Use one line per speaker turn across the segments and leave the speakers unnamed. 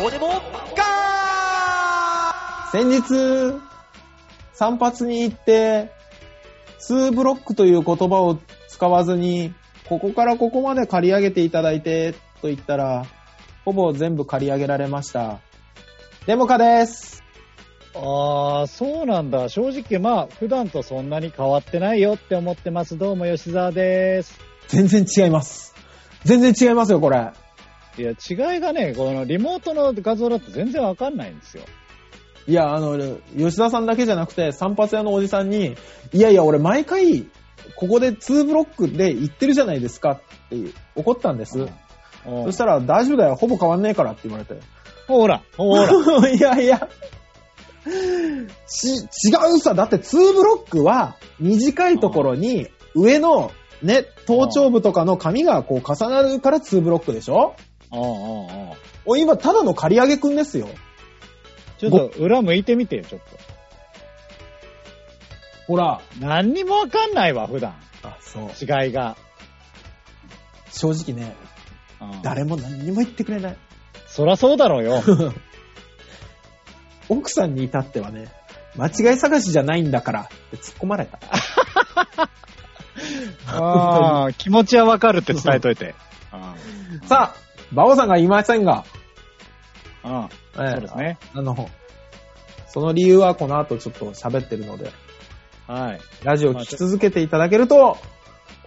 どうでもガ
先日、散髪に行って、2ブロックという言葉を使わずに、ここからここまで借り上げていただいて、と言ったら、ほぼ全部借り上げられました。デモカです。
ああー、そうなんだ。正直、まあ、普段とそんなに変わってないよって思ってます。どうも、吉沢です。
全然違います。全然違いますよ、これ。
いや、違いがね、このリモートの画像だと全然わかんないんですよ。
いや、あの、吉田さんだけじゃなくて、散髪屋のおじさんに、いやいや、俺毎回、ここで2ブロックで行ってるじゃないですかっていう怒ったんです。
うん
そしたら、大丈夫だよ、ほぼ変わんねえからって言われて。
ほら、ほら。
いやいや。ち、違うさ。だって2ブロックは短いところに上のね、頭頂部とかの髪がこう重なるから2ブロックでしょ
うんうんうん
お今ただの刈り上げくんですよ。
ちょっと裏向いてみてよ、ちょっと。
ほら。
何にもわかんないわ、普段。
あ、そう。
違いが。
正直ね、
うん
誰も何にも言ってくれ ない。
そらそうだろうよ。
奥さんに至ってはね、間違い探しじゃないんだからって突っ込ま れた。
あー気持ちはわかるって伝えといて。
さあ、馬王さんが言いませんが、
うん。うん。そうですね。
あの、その理由はこの後ちょっと喋ってるので、
はい。
ラジオ聞き続けていただけると、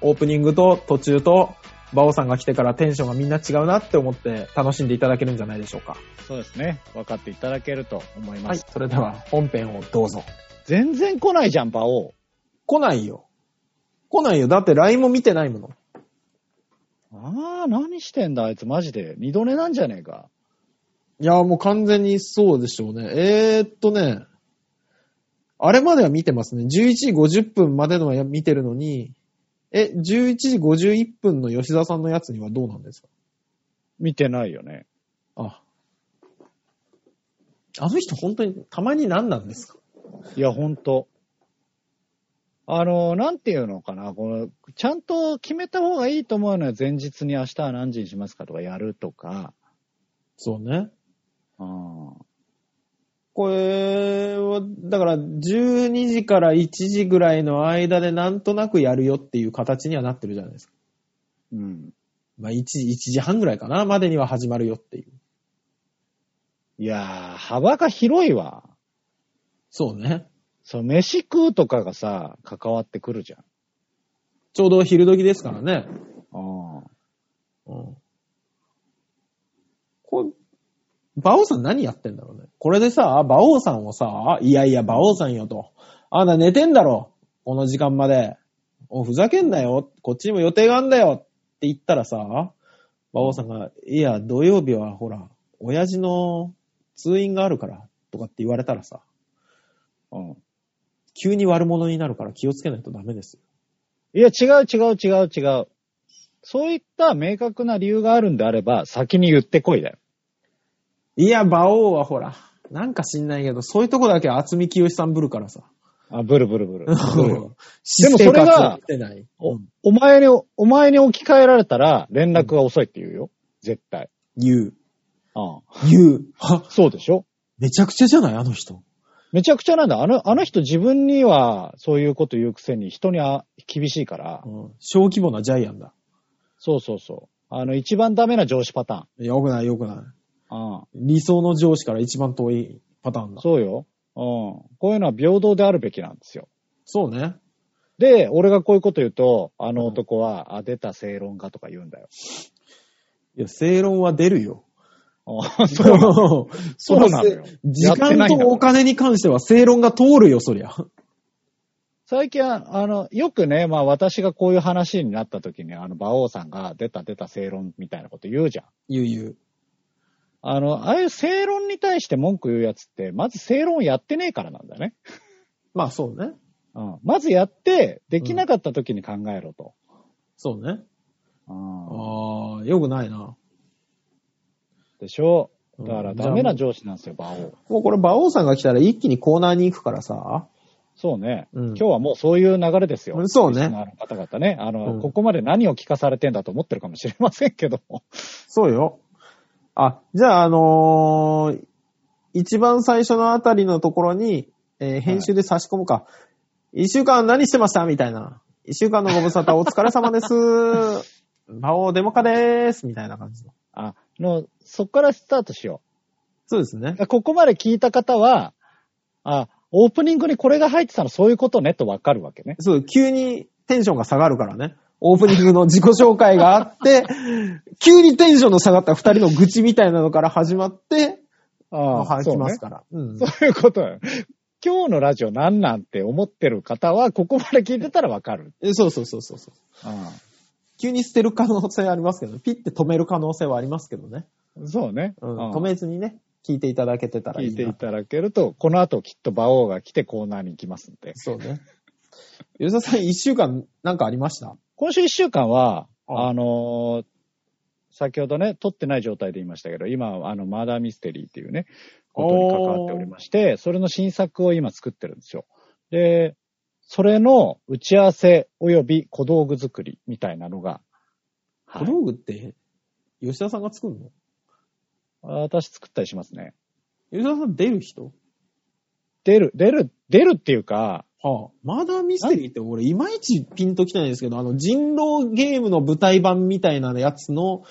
オープニングと途中と、バオさんが来てからテンションがみんな違うなって思って楽しんでいただけるんじゃないでしょうか。
そうですね。分かっていただけると思います。
はい。それでは本編をどうぞ。
全然来ないじゃん、馬王。
来ないよ。来ないよ。だって LINE も見てないもの。
ああ、何してんだ、あいつ、マジで。二度寝なんじゃねえか。
いや、もう完全にそうでしょうね。えー、っとね、あれまでは見てますね。11時50分までのは見てるのに、え、11時51分の吉田さんのやつにはどうなんですか
見てないよね。
あ。あの人本当にたまに何なんですか
いや、ほんと。あの、なんていうのかな、この、ちゃんと決めた方がいいと思うのは、前日に明日は何時にしますかとかやるとか。
そうね。
うん。
これは、だから12時から1時ぐらいの間でなんとなくやるよっていう形にはなってるじゃないですか。
うん。
まあ1時、1時半ぐらいかなまでには始まるよっていう。
いやー、幅が広いわ。
そうね。
そう、飯食うとかがさ、関わってくるじゃん。
ちょうど昼時ですからね。
うん。
うん。これ、馬王さん何やってんだろうね。これでさ、馬王さんをさ、いやいや馬王さんよと。あんな寝てんだろ。この時間まで。お、ふざけんなよ。こっちにも予定があんだよ。って言ったらさ、馬王さんが、いや、土曜日はほら、親父の通院があるから、とかって言われたらさ、
うん。
急に悪者になるから気をつけないとダメですよ。
いや、違う違う違う違う。そういった明確な理由があるんであれば、先に言ってこいだよ。
いや、馬王はほら、なんか知んないけど、そういうとこだけ厚み清さんぶるからさ。
あ、ブルブル ブル。ブ ル
で
もそれが
てない。
おお前に、お前に置き換えられたら、連絡が遅いって言うよ。絶対。
言う。
ああ
言う。は、
そうでしょ
めちゃくちゃじゃないあの人。
めちゃくちゃなんだ。あの、あの人自分にはそういうこと言うくせに人には厳しいから。
うん。小規模なジャイアンだ。
そうそうそう。あの、一番ダメな上司パタ
よくないよくな
ーン。う
い。理想の上司から一番遠いパターン
ん。
だ。
そうよ。うん。こういうのは平等であるべきなんですよ。
そうね。
で、俺がこういうこと言うと、あの
うん
男は、あ、出た正論家とか言うんだよ。
いや、正論は出る よ。
うんそう。そうなのよ
時
やってな
間
い
と
んだから
お金に関しては正論が通るよ、そりゃ。
最近は、あの、よくね、まあ私がこういう話になった時に、あの、馬王さんが出た出た正論みたいなこと言うじゃん。
言う言う。
あの、ああいう正論に対して文句言うやつって、まず正論やってねえからなんだね。
まあそうね。
うん。まずやって、できなかった時に考えろと。
そうね。
うん。
ああ、よくないな。
でしょ
うん
だからダメな上司なんですよ、馬王。
もうこれ、馬王さんが来たら一気にコーナーに行くからさ。
そうね。
うん
今日はもうそういう流れですよ。
そうね
リスナーの方々ね。あの、
うん
ここまで何を聞かされてんだと思ってるかもしれませんけども。
そうよ。あ、じゃあ、あのー一番最初のあたりのところに、えー編集で差し込むか。一、週間何してましたみたいな。一週間のご無沙汰お疲れ様です。バオデモカでーす。みたいな感じの。
あ、の、そこからスタートしよ
そうですね。
う。ここまで聞いた方は、あ、オープニングにこれが入ってたのそういうことねとわかるわけね。
そう、急にテンションが下がるからね。オープニングの自己紹介があって、急にテンションの下がった二人の愚痴みたいなのから始まって、
あ
まあ
そ
き
う
ま
ね
す。から。うん
そういうことよ。今日のラジオなんなんて思ってる方は、ここまで聞いてたらわかる。
えそうそうそうそうそう。急に捨てる可能性ありますけど、ピッて止める可能性はありますけどね。
そうね、
うん
うん
止めずにね、聞いていただけてたらい
聞
い
いてい
な。
ただけると、この後きっと馬王が来てコーナーに行きますんで。
そうね。吉田さん、一週間なんかありました
今週一週間は、
あ
あのー先ほどね、撮ってない状態で言いましたけど、今、あの、マーダーミステリーっていうね、ことに関わっておりまして、それの新作を今作ってるんですよ。で、それの打ち合わせ及び小道具作りみたいなのが、は
小
い
道具って、吉田さんが作るの
私作ったりしますね。
吉田さん出る人
出る、出る、出るっていうか、
はあ、マーダーミステリーって俺いまいちピンときてないんですけど、あの人狼ゲームの舞台版みたいなやつの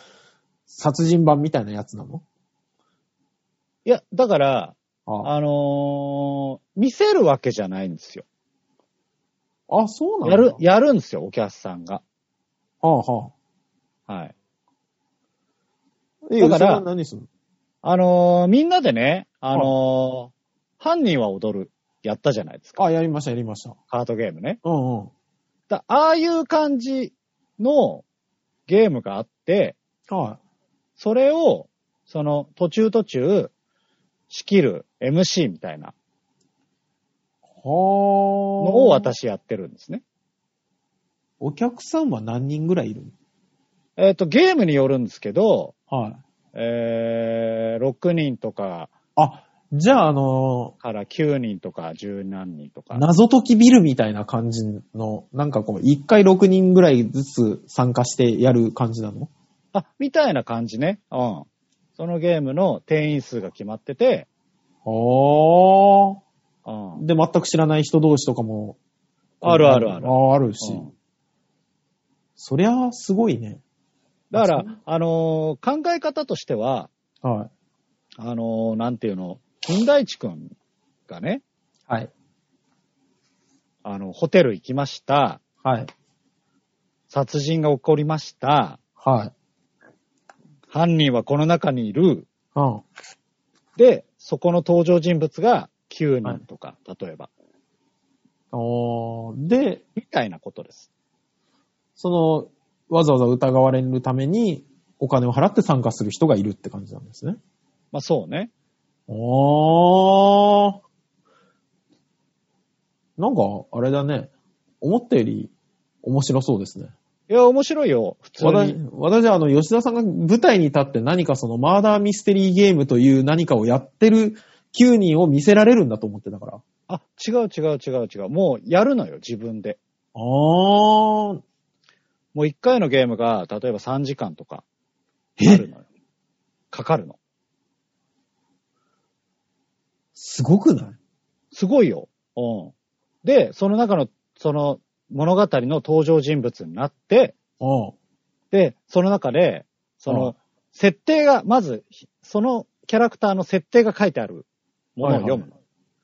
殺人版みたいなやつなの
いや、だから、
ああ
あのー見せるわけじゃないんですよ。
あ、そうなんだ。
やる、やるんですよ、お客さんが。
はあは
はい。
あ。え
だから
吉田さん何するの
あのーみんなでね、あのー犯人は踊る、やったじゃないですか。
あ、やりました、やりました。
カードゲームね。
うんうん。
だああいう感じのゲームがあって、
は。
それを、その、途中途中、仕切る MC みたいない
はあ。
のを。私やってるんですね。
お客さんは何人ぐらいいる
えっ、と、ゲームによるんですけど、
のはい。
えー、6人とか
あ、じゃああの
から9人とか10何人とか。
謎解きビルみたいな感じの、なんかこう、一回6人ぐらいずつ参加してやる感じなの
あ、みたいな感じね。うん。そのゲームの定員数が決まってて、
はあ。
うん。
で、全く知らない人同士とかも。
あるあるある。
ああるし。
うん
そりゃ、すごいね。
だから、あのー考え方としては、
は
あのーなんていうの、金大地くんがね、
い。はい。
あの、ホテル行きました。
はい。
殺人が起こりました。
はい。
犯人はこの中にいる。
うん。
で、そこの登場人物が9人とか、例えば。
おーで、
みたいなことです。
その、わざわざ疑われるために、お金を払って参加する人がいるって感じなんですね。
まあそうね。
おー。なんか、あれだね。思ったより面白そうですね。
いや、面白いよ。普通
私
に。、
私はあの、吉田さんが舞台に立って何かそのマーダーミステリーゲームという何かをやってる9人を見せられるんだと思ってたから。
あ、違う違う違う違う。もうやるのよ、自分で。
あー。
もう一回のゲームが、例えば3時間とか、あるのよ。かかるの。
すごくない
すごいよ。うん。で、その中の、その物語の登場人物になって、
うん。
で、その中で、そ
ああ
の、設定が、まず、ひそのキャラクターの設定が書いてあるものを読むの。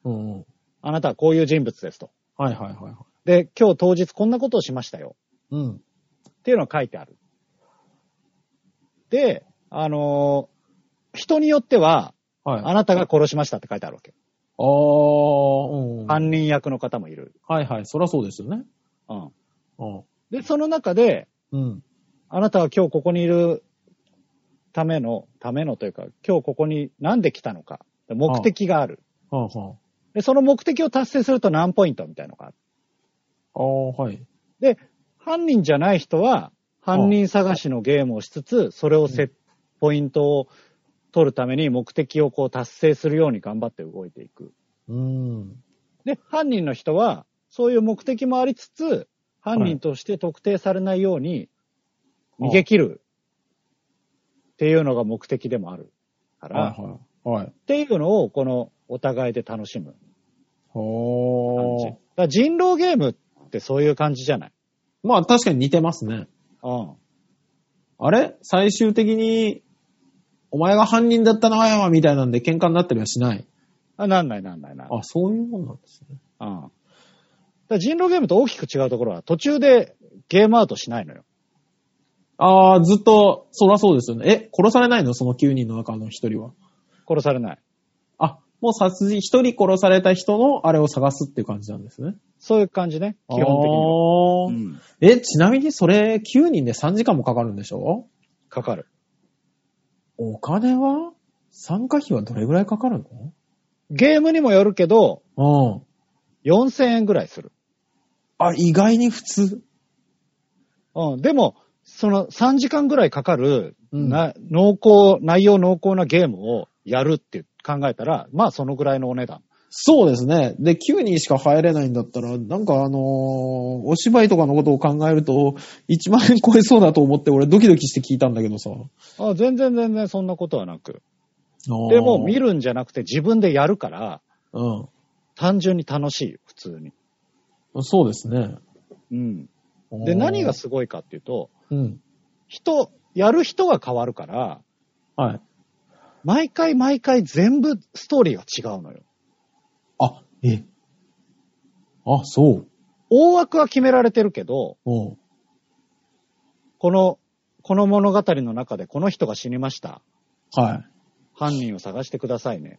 うんうん。
あなたはこういう人物ですと。
はいはいはいはい。
で、今日当日こんなことをしましたよ。
うん。
っていうのが書いてある。で、あのー人によっては、
はい。
あなたが殺しましたって書いてあるわけ。
あー、うん。はい
犯人役の方もいる。
はい、そりゃそうですよね。
うん。
うん。
で、その中で、
うん。
あなたは今日ここにいるための、ためのというか、今日ここになんで来たのか。目的がある。
はんはん。
で、その目的を達成すると何ポイントみたいなのがある。
あー、はい。
で、犯人じゃない人は、犯人探しのゲームをしつつ、それをせ、ポイントを取るために目的をこう達成するように頑張って動いていく。
うん。
で、犯人の人は、そういう目的もありつつ、犯人として特定されないように逃げ切るっっていうのが目的でもあるから、っ
はいはい。はい。
ていうのをこのお互いで楽しむ感じ。
ほ
だ
ー
か。ら人狼ゲームってそういう感じじゃない。
まあ確かに似てますね。
うん。
あれ最終的に、お前が犯人だったなやみたいなんで喧嘩になったりはしない。
あなんないなんないなんない。
あ、そういうもんなんですね。
うん。だから人狼ゲームと大きく違うところは途中でゲームアウトしないのよ。
ああ、ずっと、そらそうですよね。え、殺されないのその9人の中の1人は。
殺されない。
あ、もう殺人、1人殺された人のあれを探すっていう感じなんですね。
そういう感じね。基本的には。うん。
的に。え、ちなみにそれ9人で3時間もかかるんでしょ
かかる。
お金は参加費はどれぐらいかかる
ゲームにもよるけど、
のうん。
4000円ぐらいする。
あ、意外に普通。
うん。でも、その3時間ぐらいかかる、
うん
な、濃厚、内容濃厚なゲームをやるって考えたら、まあそのぐらいのお値段。
そうですね。で、9人しか入れないんだったら、なんかあのーお芝居とかのことを考えると、1万円超えそうだと思って、俺ドキドキして聞いたんだけどさ。
あ全然全然そんなことはなく。でも見るんじゃなくて自分でやるから、
う
単純に楽しいよ、普通に。
ん。そうですね。
うん。で、何がすごいかっていうと、
うん。
人、やる人が変わるから、
はい。
毎回毎回全部ストーリーが違うのよ。
あ、え。あ、そう。
大枠は決められてるけど、
うん。
この、この物語の中でこの人が死にました。
はい。
犯人を探してくださいね。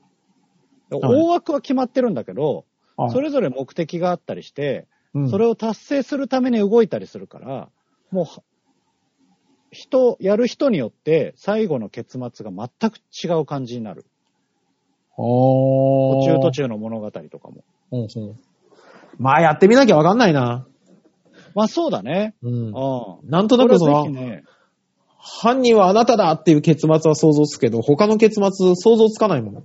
で
はい
大枠は決まってるんだけど、
はい、
それぞれ目的があったりして、
うん
それを達成するために動いたりするから、もうは、人、やる人によって最後の結末が全く違う感じになる。
途
途中途。中の物語とかも。
うんうんまあ、やってみなきゃわかんないな。
まあそうだね。
うん
う。ん。
なんと
そ
な
れ
くそ
はぜひ
の、
ね、
犯人はあなただっていう結末は想像つくけど、他の結末想像つかないもん。
い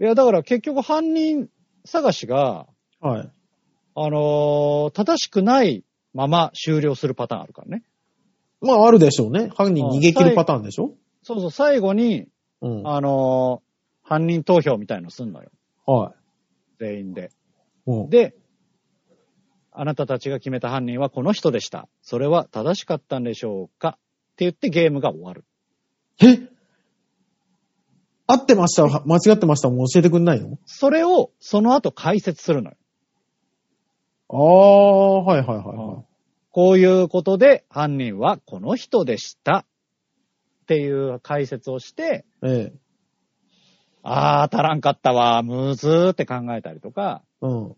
やだから結局犯人探しが、
はい。
あのー正しくないまま終了するパターンあるからね。
まあ、あるでしょうね。犯人逃げ切るパターンでしょ
そうそう、最後に、
うん。
あのー犯人投票みたいのすんのよ。
はい。
全員で。
うん
で、あなたたちが決めた犯人はこの人でした。それは正しかったんでしょうかって言ってゲームが終わる。
え合ってましたは間違ってましたもう教えてくんないの
それをその後解説するのよ。
ああ、はいはいはい
うんこういうことで犯人はこの人でした。っていう解説をして、
はい。ええ。
あー当たらんかったわ、むずーって考えたりとか、
うん。
っ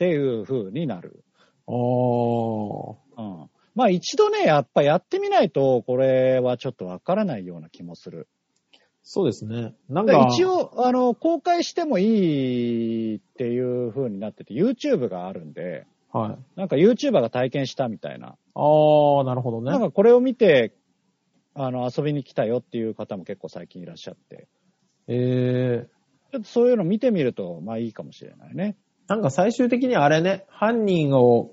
ていう風になる。
ああ。
うん。まあ一度ね、やっぱやってみないと、これはちょっとわからないような気もする。
そうですね。なん
だか
か、
ら一応、あの、公開してもいいっていう風になってて、YouTube があるんで、
はい。あ
なんか YouTuber が体験したみたいな。
あ、なるほど
なん
ね。
かこれを見て、あの、遊びに来たよっていう方も結構最近いらっしゃって、
ええ
ちょっとそういうの見てみると、まあいいかもしれないね。
なんか最終的にあれね、犯人を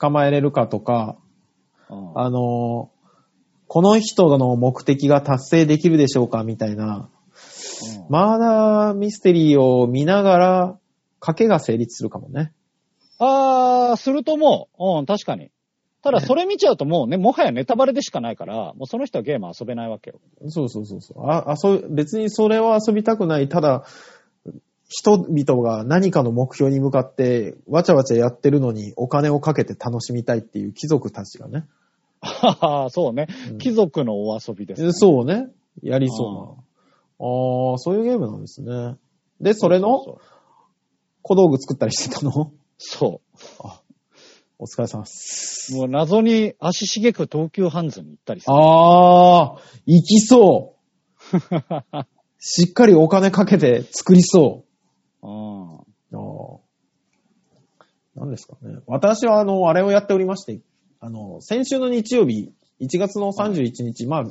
捕まえれるかとか、
うん。
あのーこの人の目的が達成できるでしょうかみたいな、
うん
マーダーミステリーを見ながら、賭けが成立するかもね。
あー、するともう、うん、確かに。ただそれ見ちゃうともうね、もはやネタバレでしかないから、もうその人はゲーム遊べないわけよ。
そうそうそうそう。あ、遊び別にそれは遊びたくない。ただ、人々が何かの目標に向かって、わちゃわちゃやってるのに、お金をかけて楽しみたいっていう貴族たちがね。
はははそうね
う。ん
貴族のお遊びです、
えそうね。やりそうな。ああー、そういうゲームなんですね。で、それの
そう
小道具作ったりしてたの
そうそう
お疲れ様です。
もう謎に足しげく東急ハンズに行ったりする。
ああ、行きそう。 しっかりお金かけて作りそう。
うん
ああ。何ですかね。私は、あの、あれをやっておりまして、あの、先週の日曜日、1月の31日、まあ、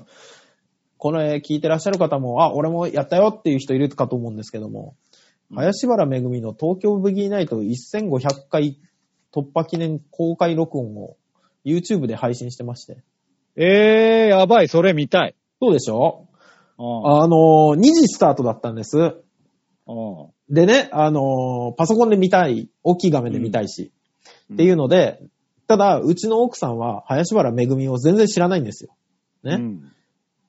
この聞いてらっしゃる方も、あ、俺もやったよっていう人いるかと思うんですけども、
うん
林原めぐみの東京ブギーナイト1500回突破記念公開録音を YouTube で配信してまして、
ええー、やばい、それ見たい。
そうでしょ
うん。
あのー、2時スタートだったんです。
うん。
でね、あのー、パソコンで見たい、大きい画面で見たいし、
うん
っていうので、ただ、うちの奥さんは、林原めぐみを全然知らないんですよ。ね。
うん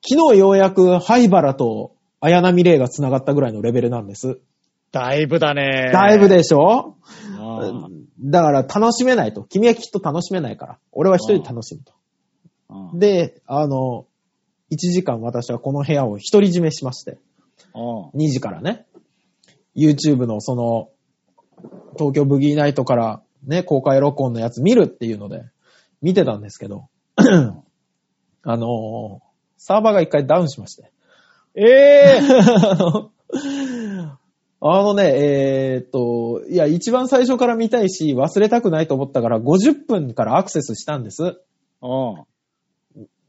昨日ようやく、灰原と綾波レイが繋がったぐらいのレベルなんです。
だいぶだね。
だいぶ。でしょ、
うん。
だから、楽しめないと。君はきっと楽しめないから。俺は一人で楽しむと。
うん。
で、あの、1時間私はこの部屋を独り占めしまして、
うん
2時からね、YouTube のその、東京ブギーナイトからね、公開録音のやつ見るっていうので、見てたんですけど、 あのーサーバーが一回ダウンしまして。
ええー、
あのあのね、えーっと、いや、一番最初から見たいし、忘れたくないと思ったから、50分からアクセスしたんです。
うん。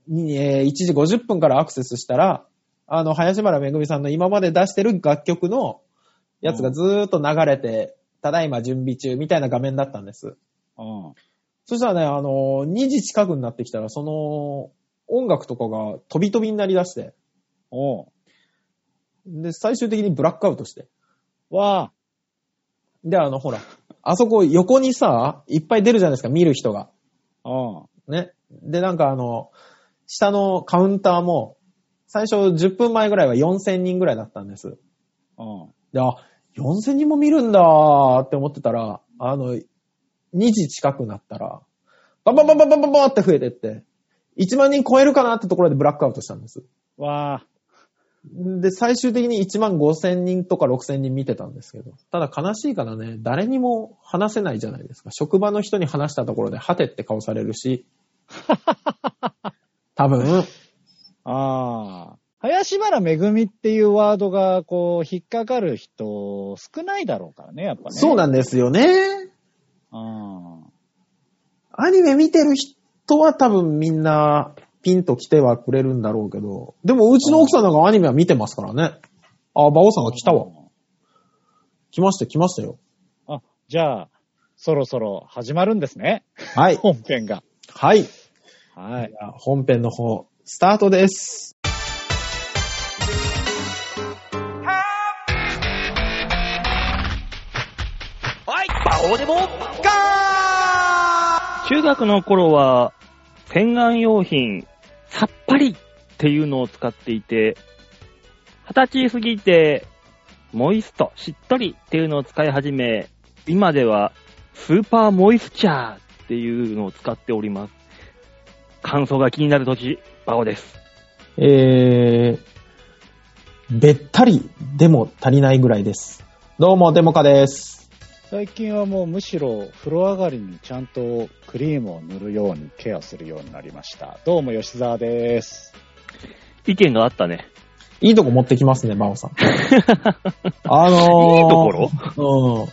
に、えー1時50分からアクセスしたら、あの、林原めぐみさんの今まで出してる楽曲のやつがずーっと流れて、ただいま準備中みたいな画面だったんです。
うん。
そしたらね、あのー、2時近くになってきたら、その、音楽とかが飛び飛びになりだして、
うん。
で、最終的にブラックアウトして。
わ
で、あの、ほら、あそこ横にさ、いっぱい出るじゃないですか、見る人が。
あ。うん。
ね。で、なんかあの、下のカウンターも、最初10分前ぐらいは4000人ぐらいだったんです。
うん。
で、あ、4000人も見るんだーって思ってたら、あの、2時近くなったら、バンバンバンバンバンバンバンって増えてって、1万人超えるかなってところでブラックアウトしたんです。
わあ。
で、最終的に1万5000人とか6000人見てたんですけど、ただ悲しいからね、誰にも話せないじゃないですか。職場の人に話したところで、はてって顔されるし、多分、
ああ。林原めぐみっていうワードが、こう、引っかかる人、少ないだろうからね、やっぱね。
そうなんですよね。
うん。
アニメ見てる人は多分みんな、ピンと来てはくれるんだろうけど、でもうちの奥さんなんかアニメは見てますからね。あ、馬王さんが来たわ。来ました、来ましたよ。
うん。あ、じゃあ、そろそろ始まるんですね。
はい。
本編が。
はい。じ
はい。
ゃあ本編の方、スタートです。
はい、バオデモッカー
中学の頃は、洗顔用品、さっぱりっていうのを使っていて、二十歳過ぎて、モイスト、しっとりっていうのを使い始め、今では、スーパーモイスチャーっていうのを使っております。感想が気になる土地、バオです。
えー、べったりでも足りないぐらいです。どうも、デモカです。
最近はもうむしろ風呂上がりにちゃんとクリームを塗るようにケアするようになりました。どうも吉沢です。
意見があったね。
いいとこ持ってきますね、バオ さん。あのー、
いいところ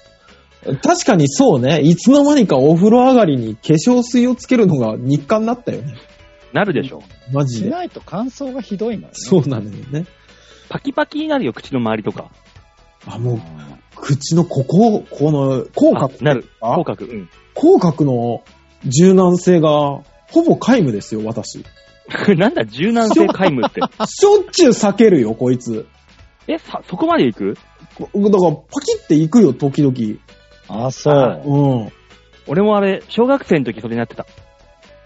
うん。確かにそうね、いつの間にかお風呂上がりに化粧水をつけるのが日課になったよね。
なるでしょ。
マジ
し
で。
ないと乾燥がひどいのよね。
そうなのよね。
パキパキになるよ、口の周りとか。
あ、もう、口のここ、この、口
あ
角、
なる。
あ
口角。うん。
口角の柔軟性が、ほぼ皆無ですよ、私。
なんだ、柔軟性皆 無って。
しょっちゅう避けるよ、こいつ。
え、さ、そこまで行く
だから、パキっていくよ、時々。
あ、そう。
あ
うん。
俺もあれ、小学生の時それになってた。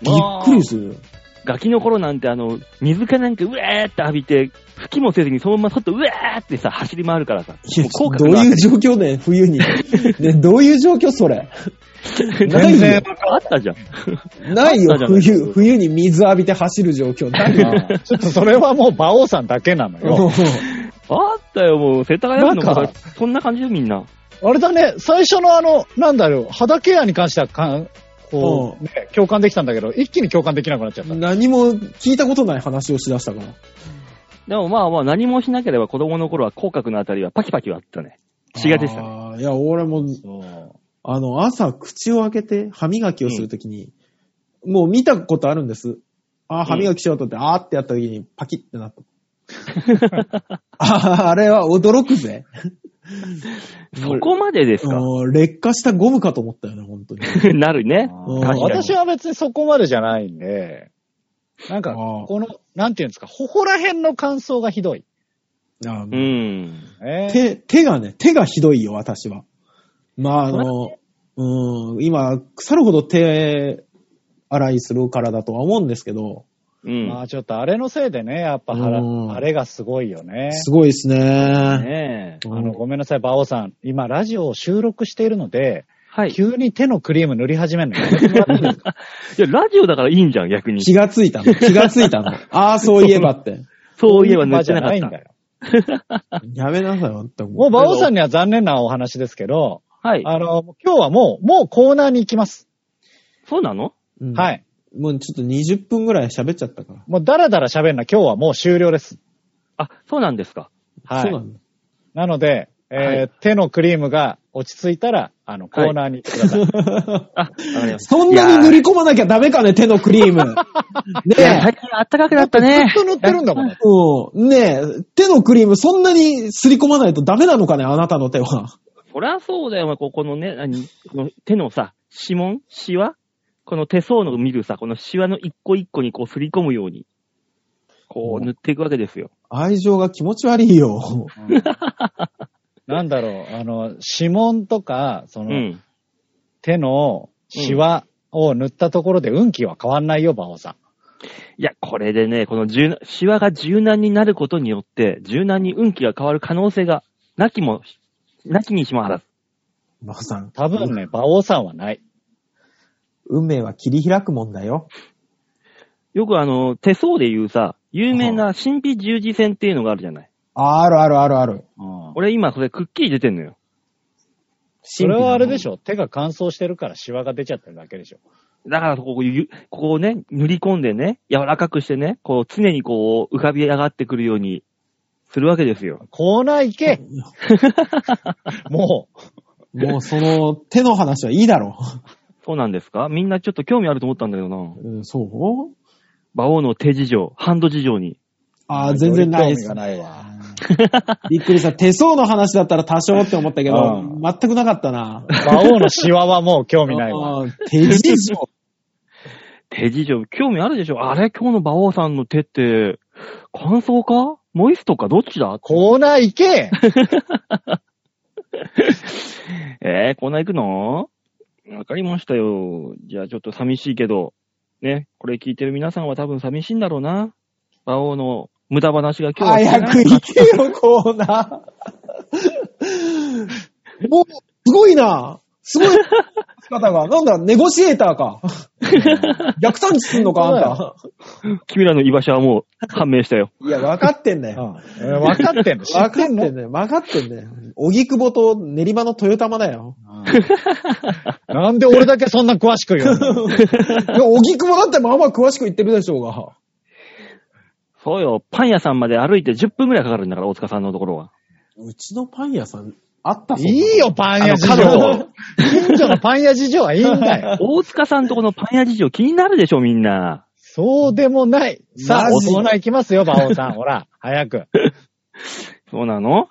びっくりする。
ガキの頃なんてあの、水かなんかうえーって浴びて、吹きもせずにそのまま外うえーってさ、走り回るか らさ。
いや
もう口
ど
角
う
が
いう状況ね、冬に。ね、どういう状況、それ。ない
全
よ
然。
あったじゃん。
ないよ
あったじ、ゃないで
冬、
す
冬に水浴びて走る状 況。ないよ。
あちょっとそれはもう馬王さんだけなのよ。
あったよ、もう、世田谷区の
なん
子
か
が、そんな感じよ、みんな。
あれだね、最初のあの、なんだろう、肌ケアに関してはかん、こう、ね、共感できたんだけど、一気に共感できなくなっちゃった。
何も聞いたことない話をしだしたから。
でもまあまあ、何もしなければ子供の頃は口角のあたりはパキパキはあったね。血が出てたね。
あーいや、俺も、あの、朝、口を開けて歯磨きをするときに、もう見たことあるんです。あー歯磨きしようと思って、あーってやったときに、パキってなった。 あーあれは驚くぜ。
そこまでですか
うん劣化したゴムか と思ったよね、本当に。
なるね。
あー
うん
私は別にそこまでじゃないんで、なんか、
ああ
この、なんていうんですか、ここら辺の感想がひどい。
あー
うん。
ね
手、手がね、手がひどいよ、私は。まあ、あ
そ
の、うん、今、腐るほど手洗いするからだとは思うんですけど、
うん。
まあちょっとあれのせいでね、やっぱ腹
うん、
あれがすごいよね。
すごいですね。
ねえ。
うん
あの、ごめんなさい、バオさん。今、ラジオを収録しているので、
はい。い
急に手のクリーム塗り始 めるのやめてもらっていいですか
や、ラジオだからいいんじゃん、逆に。
気がついたの。気がついたの。ああ、そういえばって。
そういえば塗
場
っ
じ
て
ゃ
なか
な
っ
いんだよ。
た。
やめなさいよって思
もう、
う。
バオさんには残念なお話ですけど、
はい。
あの、今日はもう、もうコーナーに行きます。
そうなの
うん
はい。
もうちょっと20分ぐらい喋っちゃったから。
もう、だらだら喋るのは今日はもう終了です。
あ、そうなんですか。
はい。
そうなんだ。
なので、えー
はい
手のクリームが落ち着いたら、あの、コーナーに行ってくださ い。
あ、わかりまし た。
そんなに塗
い
り込まなきゃダメかね、手のクリーム。ね
やーいや、最近あったかくなったね。
ずっと塗ってるんだもんね。
うん。ねえ、手のクリームそんなにすり込まないとダメなのかね、あなたの手は。
そりゃそうだよ、お前ここのね、何、この手のさ、指紋シワこの手相の見るさ、このシワの一個一個にこうすり込むように、こう塗っていくわけですよ。
愛情が気持ち悪いよ。
うんなんだろう、あの、指紋とか、そうの、
ん。
手のシワを塗ったところで運気は変わんないよ、馬王さん。
いや、これでね、この柔軟シワが柔軟になることによって、柔軟に運気が変わる可能性が、なきも、なきにしもあらず。
馬さん。
多分ね、馬王さんはない。
運命は切り開くもんだよ。
よくあの、手相で言うさ、有名な神秘十字線っていうのがあるじゃない。
あるあるあるある。
俺今それくっきり出てんのよ。
それはあれでし
ょ
ょ手が乾燥してるからシワが出ちゃってるだけでしょ。
だからここ、ゆここをね、塗り込んでね、柔らかくしてね、こう常にこう浮かび上がってくるようにするわけですよ。
コーナー 行けもう、
もうその手の話はいいだろ
そうなんですかみんなちょっと興味あると思ったんだけどな。
う。うん、そう
馬王の手事情、ハンド事情に。
ああ、全然ないで
興味
す
が。ないわ。
びっくりした。手相の話だったら多少って思ったけど、
う
全くなかったな。
馬王のシワはもう興味ないわ。
あー手事情。
手事情、興味あるでしょあれ今日の馬王さんの手って、乾燥かモイストかどっちだ
コーナー行け
えー、こんな行くのわかりましたよ。じゃあちょっと寂しいけど、ね、これ聞いてる皆さんは多分寂しいんだろうな。馬王の無駄話が今日は
早く行けよ、コーナ ー。もう、すごいな。すごい。方が、 なんだ、ネゴシエーター か。逆探知すんのか、あんた。
君らの居場所はもう判明したよ。
いや、分かってんだ
う
よ。
んえー分かってんの知
分
っ
か
て
って
ん
ん
の
だよ。分かってんだよ。荻窪と練馬の豊玉だ よ。
うんなんで俺だけそんな詳しく言うの
いや荻窪だってまあまあ詳しく言ってるでしょうが。
そうよ、パン屋さんまで歩いて10分くらいかかるんだから、大塚さんのところ は。
うちのパン屋さん、あった
いいよ、パン屋事
あの角
情。近所のパン屋事情はいいんだよ。
大塚さんとこのパン屋事情気になるでしょ、みんな。
そうでもない。さあ、
マ
大
ジ
人行きますよ、馬王さん。ほら、早く。
そうなの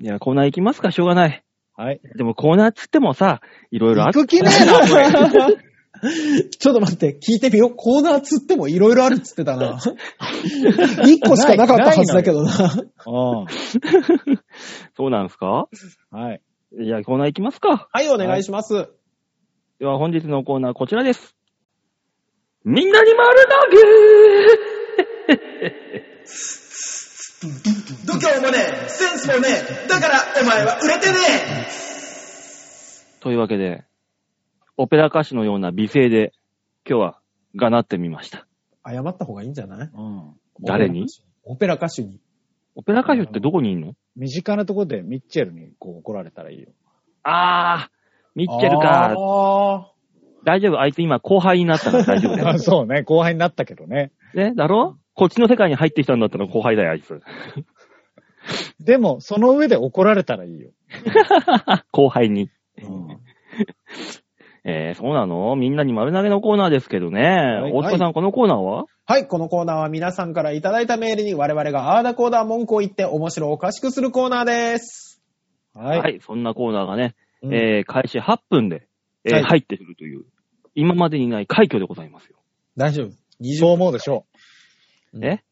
いや、コーナー行きますか、しょうがない。
はい。
でもコーナーっつってもさ、いろいろあ
行 く
って
気ねえな、お前。
ちょっと待って、聞いてみよう。コーナーつってもいろいろあるっつってたな。 一個しかなかったはずだけどな。
そうなんですか
うん。はい。
いや、コーナー行きますか。
はい、お願いします。
では本日のコーナーこちらです。みんなに丸投げ
度胸もねえ、センスもねえ、だからお前は売れてねえ
というわけで、オペラ歌手のような美声で、今日はがなってみました。
謝った方がいいんじゃない
うん。
誰に
オペラ歌手に。
オペラ歌手ってどこにいんの
身近なところでミッチェルにこう怒られたらいいよ。。
あー、ミ
ミ
ッチェルか。
あ
大丈夫、あいつ今後輩に なったから大丈夫だ よ
そうね、後輩になったけどね。
ね、だろこっちの世界に入ってきたんだったら後輩だよ、あ いつ。
でも、その上で怒られたらいいよ。
後輩に。
うん
えー、そうなのみんなに丸投げのコーナーですけどね。
い
大塚さん、このコーナーは
ーはい、このコーナーは皆さんからいただいたメールに我々があーだこーだ文句を言って面白おかしくするコーナーです。
はい。
はい、そんなコーナーがね、
うん
えー、開始8分で、えー
はい
入ってくるという、今までにない快挙でございますよ。
大丈夫。20
そう思うでしょ
うん
え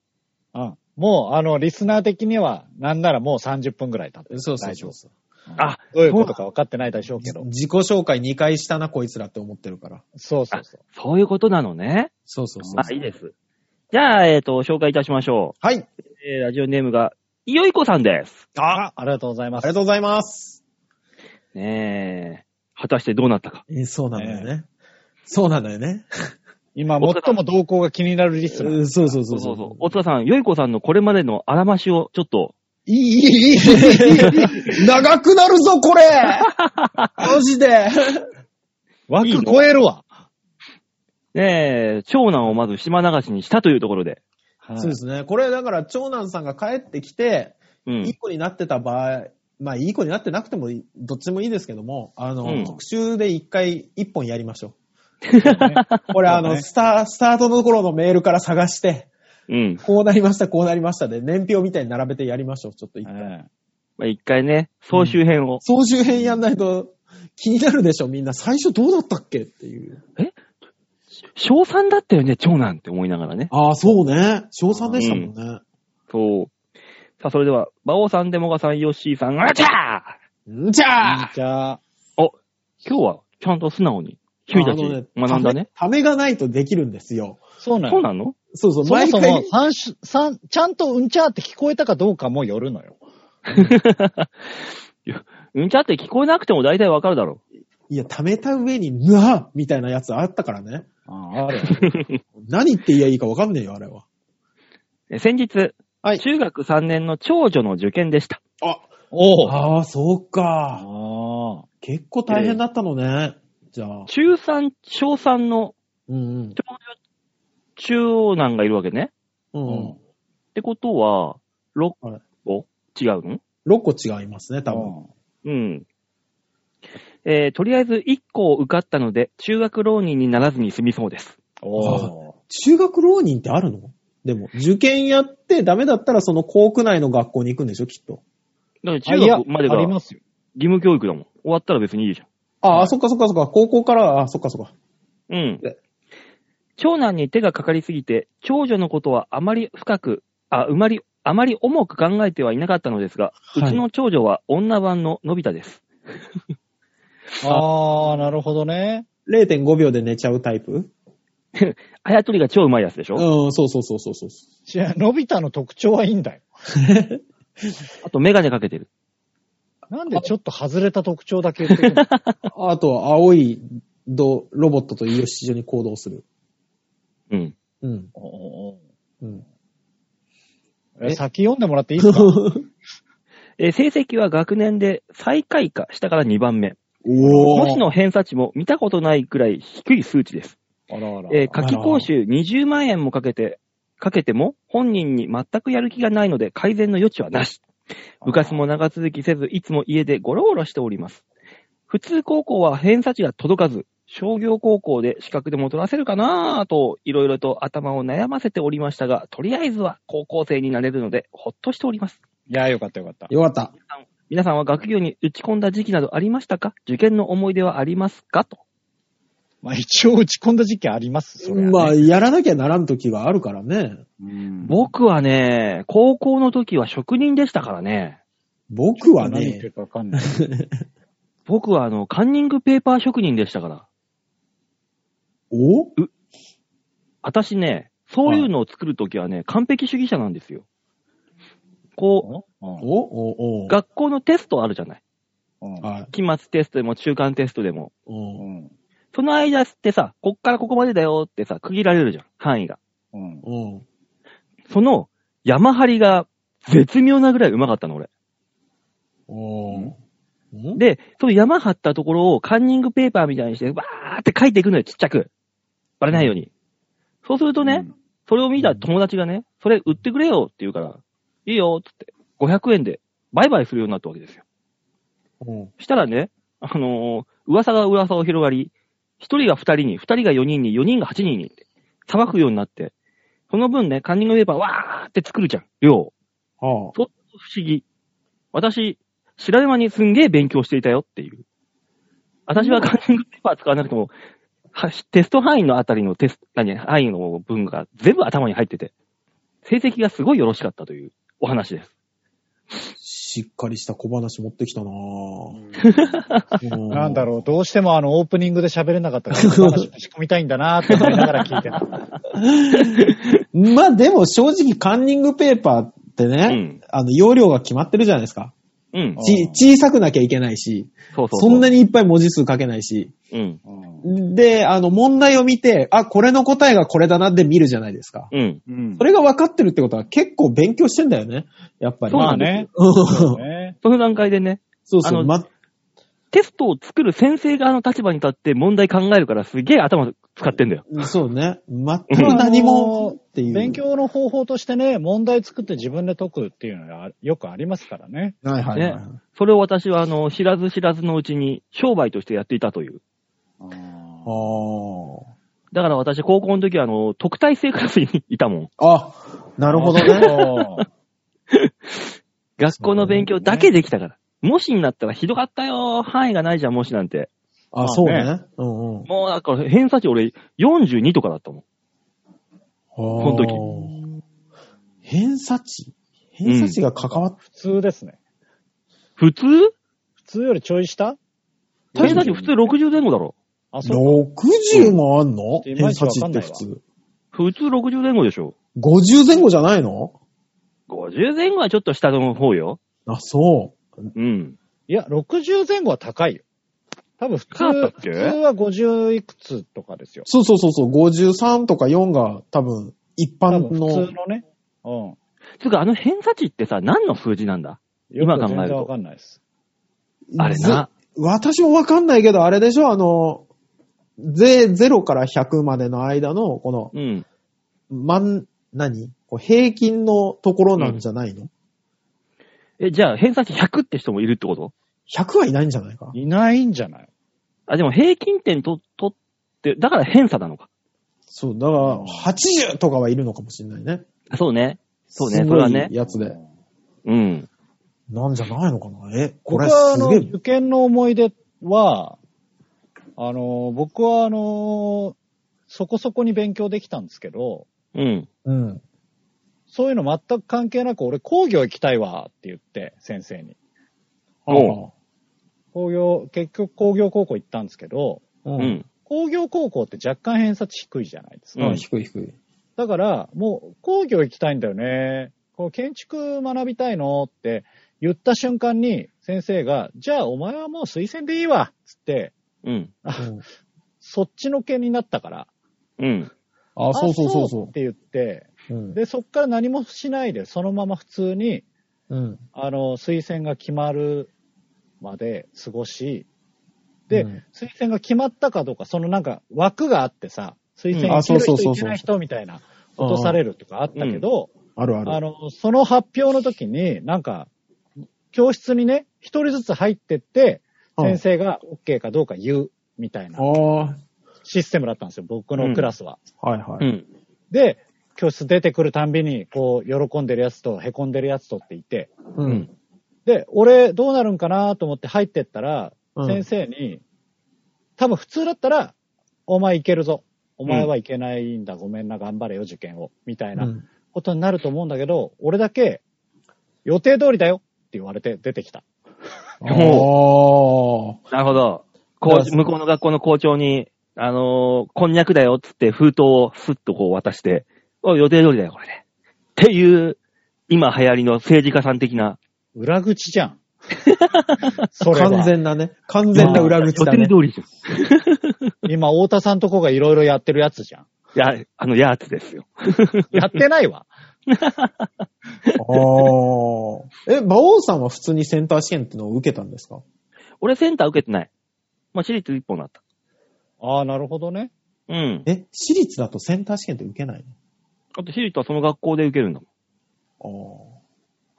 うん。もう、あの、リスナー的には、なんならもう30分ぐらい経ってる。
そうそう
大
そ
丈
う
夫。
そう。
あ、
どういうことか分かってないでしょうけど。
自己紹介2回したな、こいつらって思ってるから。
そうそうそう。
そういうことなのね。
そうそうそう
あ、いいです。じゃあ、えっ、と、紹介いたしましょ
はい。あ
う。えーラジオネームが、いよいこさんです。
あありがとうございま
り
す。
がとうございます。
ねえ、果たしてどうなったか。
えそうなんだよね。そうなんだよね。
今、最も動向が気になるリスナー。
うんそうそうそ
そうう
そ
そううそう。大塚さん、よいこさんのこれまでのあらましを、ちょっと、
いい、いい、い い、 長くなるぞ、 これマジで
枠超えるわ。
ねえ、長男をまず島流しにしたというところで。
はい
そうですね。これだから長男さんが帰ってきて、
う
い
ん
い。子になってた場合、まあいい子になってなくてもいいどっちもいいですけども、あの、
うん
特集で一回一本やりましょ
ね
う。これあ
そう
の、
ね
スター、スタートの頃のメールから探して、
うん。
こうなりました、こうなりましたで、年表みたいに並べてやりましょう、ちょっと一回。
え
まあ一回ね、総集編を。
総集編やんないと気になるでしょ、みんな。最初どうだったっけっていう。
小3だったよね、長男って思いながらね。
ああ、そうね。賞賛でしたもんね。
そう。さあ、それでは、馬王さん、デモガさん、ヨッシーさん、あちゃー
うん、じ
え
ゃあ
じゃあ、
今日は、ちゃんと素直に、君たち、学んだね。
ためがないとできるんですよ。
そうな
そう
の。
なの
そうそう、
そもそも
毎、
三種、三、ちゃんとうんちゃーって聞こえたかどうかもよるのよ。
うんちゃって聞こえなくても大体わかるだろ
いや、ためた上に、ぬわみたいなやつあったからね。
あある。
何言って言えばいいかわかんねえよ、あれは。
う。え先日、
はい
中学3年の長女の受験でした。
おう。
ああ、そうか。
ああ。
結構大変だったのね。じゃあ。
中3、小3の
うんうん。
長男がいるわけね。
うんうん。
ってことは、6
あれ
個違うの
6個違いますね、多分。
分。
うん。えーとりあえず1校受かったので、中学浪人にならずに済みそうです。
おう。
中学浪人ってあるのでも、受験やってダメだったらその校区内の学校に行くんでしょ、きっと。
だから
あ
中
いや
学まで
あ
が
り
義
ますよ。
務教育だもん。終わったら別にいいじゃん。
ああ、そっかそっかそっか。高校から、あそっかそっか。
うん
え。
長男に手がかかりすぎて、長女のことはあまり深く、あ、うまり、あまり重く考えてはいなかったのですが、
はいう
ちの長女は女版ののび太です。
ああ、なるほどね。
0.5秒で寝ちゃうタイプ
あやとりが超うまいやつでしょ、
うん、そうそうそうそうそう。
違う、のび太の特徴はいいんだよ。
あとメガネかけてる。
なんでちょっと外れた特徴だけ言ってくるの
あとは青いドロボットと一緒に行動する。
うん。
うん。
おうおう
うん。
おう
え
え先読んでもらっていいです か
えー成績は学年で最下位か、下から2番目。
お
模試の偏差値も見たことないくらい低い数値です。
あらあら。
えー夏期講習20万円もかけて、かけても本人に全くやる気がないので改善の余地はなし。部活も長続きせず、いつも家でゴロゴロしております。普通高校は偏差値が届かず、商業高校で資格でも取らせるかなぁと、いろいろと頭を悩ませておりましたが、とりあえずは高校生になれるので、ほっとしております。
いや、よかったよかった。
よかった。
皆さんは学業に打ち込んだ時期などありましたか受験の思い出はありますかと。
まあ一応打ち込んだ時期あります、それ、ね。
まあ、やらなきゃならん時があるからね。
うん、
僕はね、高校の時は職人でしたからね。
僕は
何言って
ね、
るかわかんない。
僕はあの、カンニングペーパー職人でしたから。
お
私ね、そういうのを作るときはね、完璧主義者なんですよ。こ
お
う
お
う、
お
学校のテストあるじゃない。
ん。うん。
はい。
期末テストでも中間テストでも。
うん
うん。
その間ってさ、こっからここまでだよってさ、区切られるじゃん、範囲が。
うん。
うん。
その、山張りが絶妙なぐらいうまかったの、俺。
おーん
で、その山張ったところをカンニングペーパーみたいにして、わーって書いていくのよ、ちっちゃく。バレないように。そうするとね、
うん
それを見た友達がね、それ売ってくれよって言うから、いいよってって、500円で売買するようになったわけですよ。
うん
したらね、あのー噂が噂を広がり、一人が二人に、二人が四人に、四人が八人にって、裁くようになって、その分ね、カンニングペーパーわーって作るじゃん、量を。
は
そう不思議。私、知らぬ間にすんげー勉強していたよっていう。私はカンニングペーパー使わなくても、はテスト範囲のあたりのテスト、何、範囲の文が全部頭に入ってて。成績がすごいよろしかったというお話です。
しっかりした小話持ってきたなぁ。
なんだ
ろ
ろう、どうしてもあの、オープニングで喋れなかったから、この話仕込みたいんだなーって思いながら聞いてた。
う。まあでも正直カンニングペーパーってね、
うん
あの、容量が決まってるじゃないですか。
うん
あ。
ち、小さくなきゃいけないし、
そうそう
そんなにいっぱい文字数書けないし。
うん。
う
で、あの、問題を見て、あ、これの答えがこれだなって見るじゃないですか。
うん。
ん
それが分かってるってことは結構勉強してんだよね。やっぱり。
そう
ま
な
あ
んです
ね。
うん
そうね
その段階でね、
そうそ
あ
う。
の
ま、
テストを作る先生側の立場に立って問題考えるからすげえ頭使ってんだよ。
そうね。全く何もっていう。
勉強の方法としてね、問題作って自分で解くっていうのがよくありますからね。
はいはいはいはい。
それを私はあの、知らず知らずのうちに商売としてやっていたという。
あ
だから私高校の時はあの、特待生クラスにいたもん。
あ。あ、な
な
るほどね。
ね。
学校の勉強だけできたから。模試になったらひどかったよ。範囲がないじゃん、模試なんて。
あ、そう
まあ
ね。うんうん。
もうだから偏差値俺42とかだったもん。
こ
の時
偏差値偏差値が関わっ
普通ですね。
普通
普通よりちょい下
偏差値普通60前後だろ。
あ、
て、
そう
60もあんの
うん
偏差値って普通。
普通60前後でしょ。
50前後じゃないの
50前後はちょっと下の方よ。
あ、そう。
うん。
いや、60前後は高いよ。多分普通、
高かった
普
っけ
通は50いくつとかですよ。
そうそうそうそう。53とか4が多分一
多
般
分普
の
通。のね。うん。
つうか、あの偏差値ってさ、何の数字なんだ
よ
今
く
考え
全
ると
然わかんないです。
あれな。
ず。私もわかんないけど、あれでしょあの、ゼ、0から100までの間の、この、
うん。
まん、何こう平均のところなんじゃないの、
え、じゃあ、偏差値100って人もいるってこと
?100 はいないんじゃないか
いないんじゃない
あ、でも平均点と、とって、だから偏差なのか。
そう、だから、80とかはいるのかもしれないね。
そうね。そうね
すごい
それはね
やつで。
うん。
なんじゃないのかなえ、こ
僕
れ
は、あ
す
の、
げえ。
受験の思い出は、あの、僕は、あの、そこそこに勉強できたんですけど、
うん。
うん。
そういうの全く関係なく、俺工業行きたいわって言って、先生に。
お
工業、結局工業高校行ったんですけど、
う。
うんん。
工業高校って若干偏差値低いじゃないですか。
あ
うん
低い低い。
だから、もう工業行きたいんだよね。こう建築学びたいのって言った瞬間に先生が、じゃあお前はもう推薦でいいわっつって、
うん。
うん
そっちのけになったから。
うん。
あ、そうそうそう
あっ
そ
て言って、
う。うん。
で、そっから何もしないで、そのまま普通に、
うん。
あの、推薦が決まるまで過ごし、で、
うん
推薦が決まったかどうか、そのなんか枠があってさ、推
うん
薦
あ
いける
そ
人
うそうそう
いけない人みたいな、落とされるとかあったけど、
あるあ
あ
る。
の、その発表の時に、なんか、教室にね、一人ずつ入ってって、先生が OK かどうか言う、みたいな
ああ
システムだったんですよ、僕のクラスは。
ー、はいは
う
い。
ん。
で、教室出てくるたんびに、こう、喜んでるやつと、凹んでるやつとっていて、
う。
うんん。
で、俺、どうなるんかなと思って入ってったら、
うん
先生に、多分普通だったら、お前いけるぞ。お前はいけないんだ。ごめんな、頑張れよ、受験を。みたいな
うん
ことになると思うんだけど、俺だけ、予定通りだよって言われて出てきた。
あー
なるほ
だ
ど。こ
から
う、向こうの学校の校長に、あのーこんにゃくだよっつって封筒をスッとこう渡して、お予定通りだよ、これで。っていう、今流行りの政治家さん的な。
裏口じ ゃん。それ
完
は。
全なね。完全な裏口だね
予。定通りですよ。
今、太田さんとこがいろいろやってるやつじゃん。
いや、あの、やつですよ。
やってないわ。
ああ。え、馬王さんは普通にセンター試験ってのを受けたんですか
俺センター受けてない。まあ、私立一本だった。
ああ、なるほどね。
うん。
え、私立だとセンター試験って受けない
あと私立はその学校で受けるんだも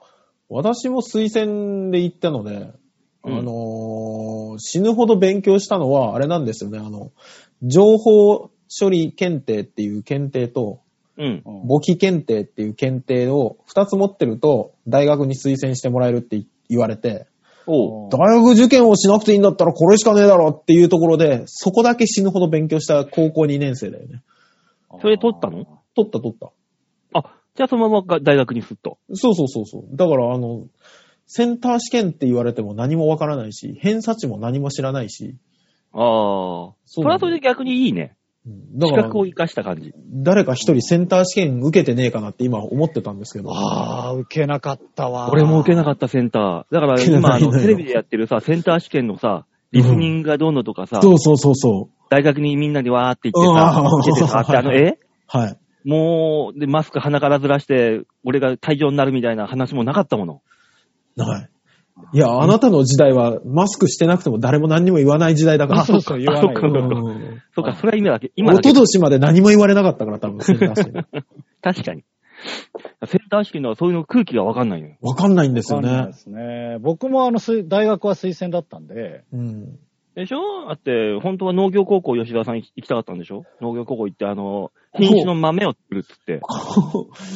のああ。私も推薦で行ったので、あ
うん
のー死ぬほど勉強したのは、あれなんですよね、あの、情報処理検定っていう検定と、
ん。うん。
うん
簿記検定っていう検定を2つ持ってると、大学に推薦してもらえるって言われて、
おう。
大学受験をしなくていいんだったらこれしかねえだろっていうところで、そこだけ死ぬほど勉強した高校2年生だよね。
それ取ったの
取った取った。
あ、じゃあそのまま大学にすっと。
そうそうそうそう。だから、あの、センター試験って言われても何もわからないし、偏差値も何も知らないし。
ああ。
そ
それはそれで逆にいいね。
うんだ
資
から
格、を活かした感じ。
誰か一人センター試験受けてねえかなって今思ってたんですけど。
ああ、受けなかったわ。
俺も受けな
かっ
かったセンター。だから
受け
今、
な
あ
いのよ
の、テレビでやってるさ、センター試験のさ、リスニングがどうのとかさ、
そうそうそうそう。
大学にみんなでわーって言って
う
さ
ん、
受けてさ、ってあの、
はい
え
はい。
もう、で、マスク鼻からずらして、俺が退場になるみたいな話もなかったもの。
はい。いや、あなたの時代はマスクしてなくても誰も何にも言わない時代だから。
あそうそう言わない
あそっかそっか
うん
そうか、それは今だけ、今
お
だけ
と。としまで何も言われなかったから、多分、センター試験。
確かに。センター試験のはそういうの空気がわかんないのよ。
わかんないんで
た
すよ
で
ね。
すね。僕もあの、す大学は推薦だったんで、
うん。
でしょだって、本当は農業高校吉田さん行きたかったんでしょ農業高校行って、あの、品種の豆を作るっつって、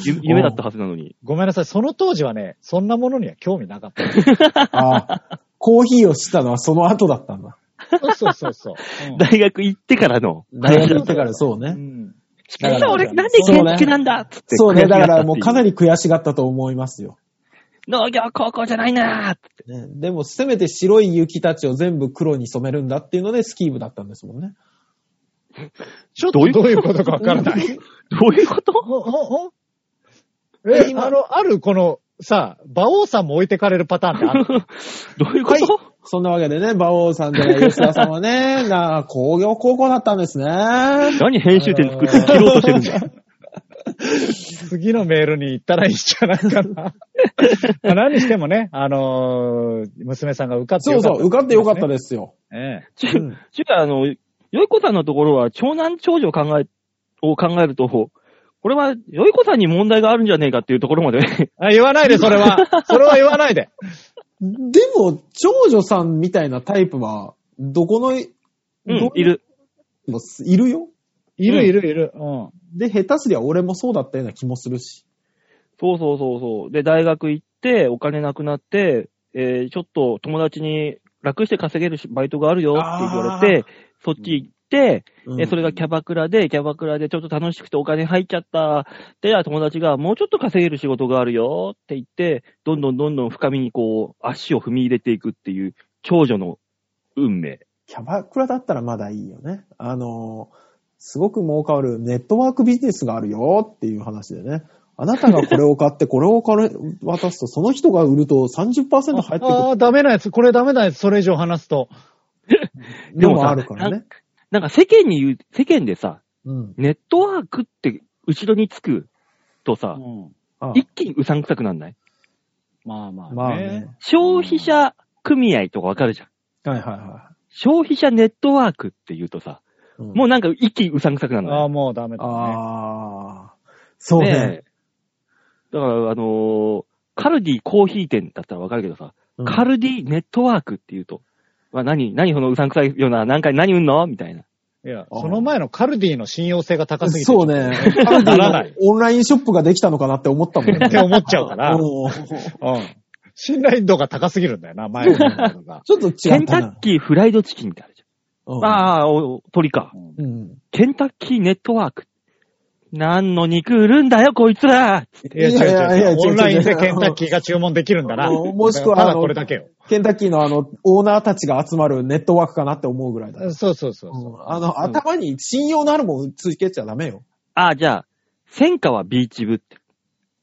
ゆ夢だったはずなのに。
ごめんなさい。その当時はね、そんなものには興味なかった。
ああ、コーヒーをしたのはその後だったんだ。
そうそうそうそう。うん
大学行ってからの。
大学行ってからそうね。
うん
しか
だ
も
から
俺、なんで建築なんだっつって。
そうね、だからもうかな
り。
り悔しがったと思いますよ。
農業高校じゃないなーっつって。
ね、でも、せめて白い雪たちを全部黒に染めるんだっていうので、スキー部だったんですもんね。
ちょっとどういうことかわからない。
どういうこと
ほ、ほ、ほえ、あの、あるこの、さ、馬王さんも置いてかれるパターンって ある
どういうこと、
そんなわけでね、馬王さんで吉田さんは ね、なあ、工業高校だったんですね。
何編集点作って切ろうとしてるんだ よ。
次のメールに行ったらいいんじゃないかな。まあ何にしてもね、あのー娘さんが受かって
そ
よ
う
かった、
そう、受かってよかった
で
ですよ。
すね。
ちゅ、ちゅあの、よいこさんのところは、長男長女を考え、を考えると、これは、よいこさんに問題があるんじゃねえかっていうところまで、
あ、言わないで、それ は。それは言わないで。
でも、長女さんみたいなタイプは、どこの、
うん
ど、
いる。
のいるよ。
い
うん
る、いる、いる。うん。
で、下手すりゃ俺もそうだったような気もするし。
そうそうそうそう。で、大学行って、お金なくなって、えー、ちょっと友達に楽して稼げるしバイトがあるよって言われて、そっち行って、えそれがキャバクラで、キャバクラでちょっと楽しくてお金入っちゃった。で、友達がもうちょっと稼げる仕事があるよって言って、どんどんどんどん深みにこう、足を踏み入れていくっていう、長女の運命。
キャバクラだったらまだいいよね。あのー、すごく儲かるネットワークビジネスがあるよっていう話でね。あなたがこれを買って、これをこれ渡すと、その人が売ると30%入ってく
ああー、ダメなやつ。これダメなやつ。それ以上話すと。
るのもあるからね。
なんか世間に言う、世間でさ、
うん。
ネットワークって後ろにつくと
う
さ、
ん。
ああ
一気にうさんくさくなんない
まあまあね。
まあね。
消費者組合とかわかるじゃん。
はいはいは
消費者ネットワークって言うとさ、
い。うん
もうなんか一気にうさんくさくなるの
あ
よ
あ、もうダメだね。
ああ、そうね。
ねえだから、あのーカルディコーヒー店だったらわかるけどさ、
うん
カルディネットワークって言うと、わ何、何そのうさんくさいような、何回何売んのみたいな。
いや、
あー
その前のカルディの信用性が高すぎて。
そう。ね。カルディ
ならない
のオンラインショップができたのかなって思った もん
っ
ね。
て思っちゃうから。うん。
おー
信頼度が高すぎるんだよな、前 ののが。
ちょっと
ケ
違っ
ンタ
たな
ッ。キーフライドチキンってあるじ
う
ゃ
ん
ん。ああ、お鳥か
う。ん
うん
ケンタッキーネットワーク。何の肉売るんだよ、こいつら
いや、違う違う違う。オンラインでケンタッ
ー。
キーが注文できるんだな。
あのもしくは
た
あ
だ
の
これだけよ。
ケンタッキーのあの、オーナーたちが集まるネットワークかなって思うぐらいだ。う
そうそうそうそ
んあの、頭に信用のあるもんつけちゃダメよ。
ああ、じゃあ、戦火はビーチ部って。
う。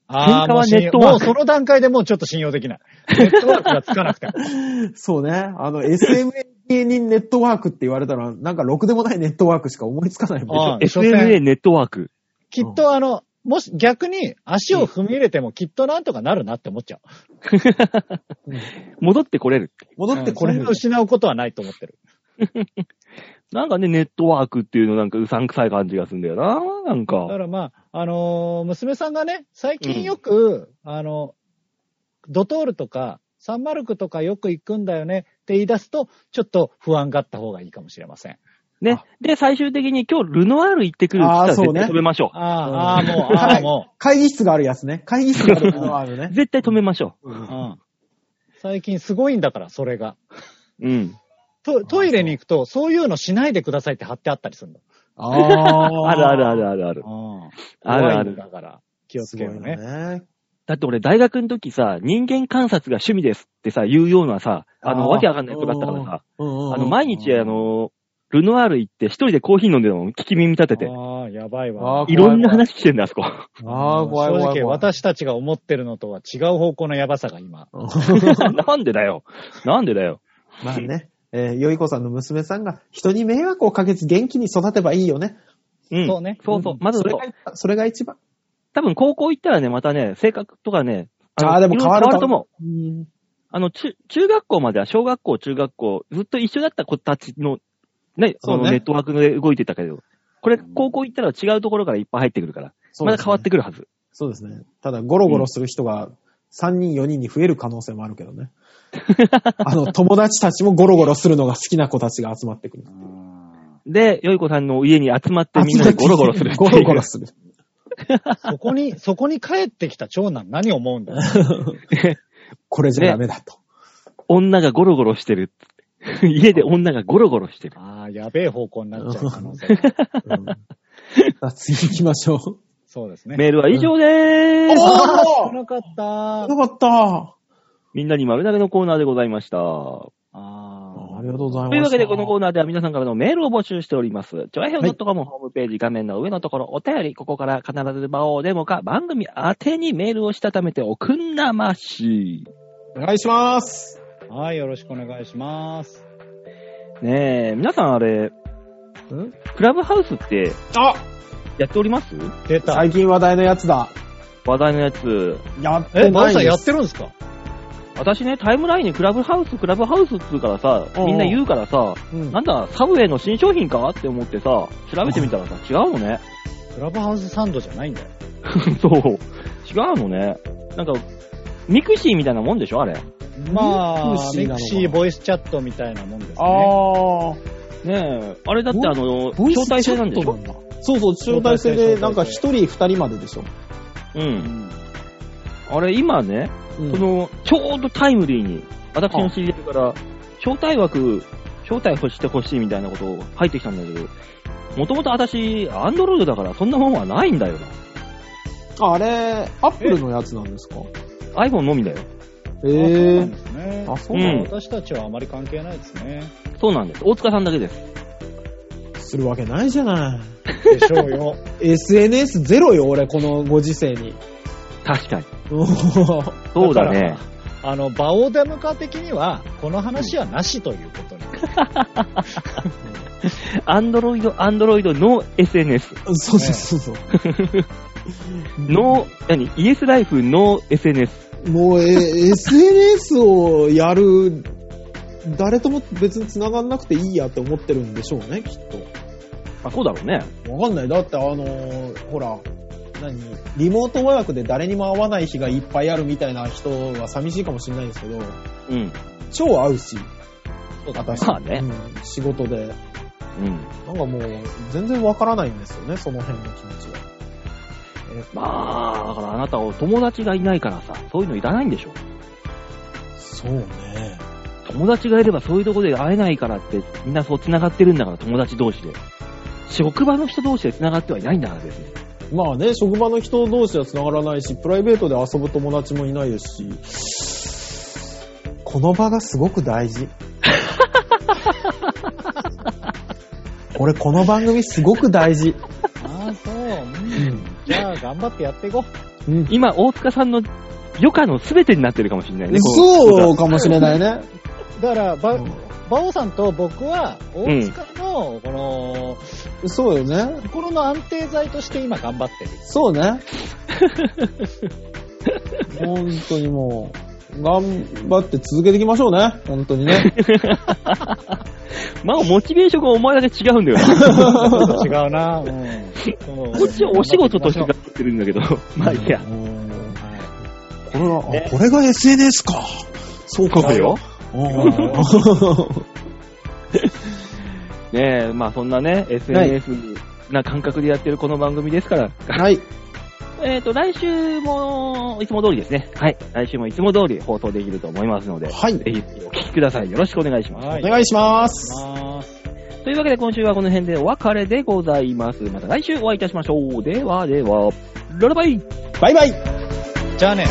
ああ、
ケンカ
も
は
う信
ネッ
用
ト
も
ワー
う
ク
その段階でもうちょっと信用できない。ネットワークがつかなくても。
そうね。あ の、SMA 芸人ネットワークって言われたら、なんかろくでもないネットワークしか思いつかないもん。
ああ所詮
SMA ネットワーク。
きっとあの、もし逆に足を踏み入れてもきっとなんとかなるなって思っちゃう。
戻ってこれるって。
戻ってこれ
うん
る
そんな。失うことはないと思ってる。
なんかね、ネットワークっていうのなんかうさんくさい感じがするんだよな。なん
だか
か。
らまあ、あのー娘さんがね、最近よく、あの、ドトールとか、サンマルクとかよく行くんだよねって言い出すと、ちょっと不安があった方がいいかもしれません。
ね。で、最終的に今日ルノワール行ってくるって言った
あ
ら
ーそう
絶
ね
対止めましょ
あーあー、もう、あ
は
あ、
い
も
会議室があるやつね。会議室があるのはある
う。
ね。
絶対止めましょ
う。うん最近すごいんだから、それが。
う。うん。
トトイレに行くと、そういうのしないでくださいって貼ってあったりするんだ。
あ
あるあるあるあるある。
あ
あるある
だから。気をつける
す
よ
ごいよ
ね。
ね。
だって俺、大学の時さ、人間観察が趣味ですってさ、言うようなさ、あ
あー
の、わけわかんない人だったからさ、
うんうんうん
あの、毎日、あの、ルノワール行って、一人でコーヒー飲んでるのを聞き耳立てて、
ああ、やばい
あ
わ。
ー
いろんな話してんだ、あそこ。
ああ、怖い怖い
正
怖い。
直、私たちが思ってるのとは違う方向のやばさが今。
なんでだよ。なんでだよ。
まあね、えー、よいこさんの娘さんが人に迷惑をかけず元気に育てばいいよね。
うん。
そうね
そうそう。まず
そ、れが一番、それが一番。
多分高校行ったらね、またね、性格とかね、の
あーでも
いろいろ
変わる
変わると思う。
うん。
あの、中、中学校までは小学校、中学校、ずっと一緒だった子たちの、ね、そ
そう
の
ね
ネットワークで動いてたけど、これ高校行ったら違うところからいっぱい入ってくるから、また変わって
くる。
くるはず。
そうですね。ただ、ゴロゴロする人が3人、4人に増える可能性もあるけど ね。あの、友達たちもゴロゴロするのが好きな子たちが集まってくる。
で、よいこさんの家に集まってみんなでゴロゴロするってい
ゴ
う。
ロゴロする。
そこに、そこに帰ってきた長男何思うんだよ。
これじゃダメだと。
女がゴロゴロしてる。 家で女がゴロゴロしてる。
ああ、やべえ方向になっちゃう可能性が。
うんさあ次行きまし ょう。
そうですね。
メールは以上でーす。
お
少なかっ
よか
た
った
みんなに丸投げのコーナーでございました。
あ
あ
ありがとうございます。
というわけで、このコーナーでは皆さんからのメールを募集しております。ちょいへ
はい
ッ .com ホームページ画面の上のところ、お便り、ここから必ず場をデモか、番組宛てにメールをしたためておくんなまし。
お願いします。
あ。はい、よろしくお願いします。
ねえ、皆さんあれ、
ん
クラブハウスって
あ
やっております
出た。
最近話題のやつだ。
話題のやつ。
やってない
え、マウさんやって
る
るんですか
私ね、タイムラインにクラブハウス、クラブハウスっつうからさ、
うん
みんな言うからさ、
うん
なんだ、サブウェイの新商品かって思ってさ、調べてみたらさ、違うのね。
クラブハウスサンドじゃないんだよ。
そう。違うのね。なんか、ミクシーみたいなもんでしょあれ。
ま
ミ
あ、ミ
クシーなのかな
クシーボイスチャットみたいなもんですね。
ああ。
ねえ。あれだって
ボ
あの、
ボイス
招待制なんでし
チャ
ょ
ットなんだそうそう、招待制で、
招待制
なんか一人二人まででしょ。
う。
うんん
あれ今ね、
うん
その、ちょうどタイムリーに、私の知り合いから、招待枠、招待してほしいみたいなことを入ってきたんだけど、もともと私、アンドロイドだからそんなもんはないんだよ
ああれ、アップルのやつなんですか
な。iPhone のみだよ。
え
あそうなん
え
ですね。
あ、そう
う
なんの、
私たちはあまり関係ないです ね。
そうなんです。大塚さんだけです。
するわけないじゃな
でしょうよ。
い。SNS ゼロよ、俺、このご時世に。
確かに。
おー
そうだね。
あの、バオデモカ的には、この話はなしということに。
アンドロイド、アンドロイドの SNS。
そうそうそう そう。
の、何イエスライフの SNS。
もう、え、SNS をやる、誰とも別に繋がんなくていいやって思ってるんでしょうね、きっと。
あ、そうだろうね。
わかんない。だって、あのーほら、何リモートワークで誰にも会わない日がいっぱいあるみたいな人は寂しいかもしれないんですけど、
うん。
超会うし、私。
まあね
うん仕事で。なん
うん。
かもう、全然わからないんですよね、その辺の気持ちは。え
まあ、だからあなたお友達がいないからさ、そういうのいらないんでしょ。
そうね。
友達がいればそういうとこで会えないからって、みんなそう繋がってるんだから、友達同士で。職場の人同士で繋がってはいないんだから別に。
まあね、職場の人同士は繋がらないし、プライベートで遊ぶ友達もいないですし、この場がすごく大 事。俺、この番組すごく大事。
ああ、そう。うんじゃあ、頑張ってやっていこう。
うん、
今、大塚さんの余暇の全てになってるかもしれないね。こ
そうかもしれないね。
だから、バ
うん
バオさんと僕は、大塚の、この、
そうよね。
心の安定剤として今頑 張ってる。
そうね。本当にもう、頑張って続けていきましょうね。本当に ね。
まあ、モチベーションがお前だけ違 うんだよな。
違う な。うん。
こっちはお仕事として頑張ってるんだけど。まあ、いいや。
うん
はい
これは、あ、これが SNS か。そうか。
そうよ。
うん。
ねえ、まあそんなね、SNS な感覚でやってるこの番組ですから、
はい。
えっ、と、来週も、いつも通りですね。はい。来週もいつも通り放送できると思いますので、
はい。
ぜひお聞きください。よろしくお願いします。
は
お願いします。
ます。
というわけで今週はこの辺でお別れでございます。また来週お会いいたしましょう。ではでは、ララバイ
バイバイ
じゃあね。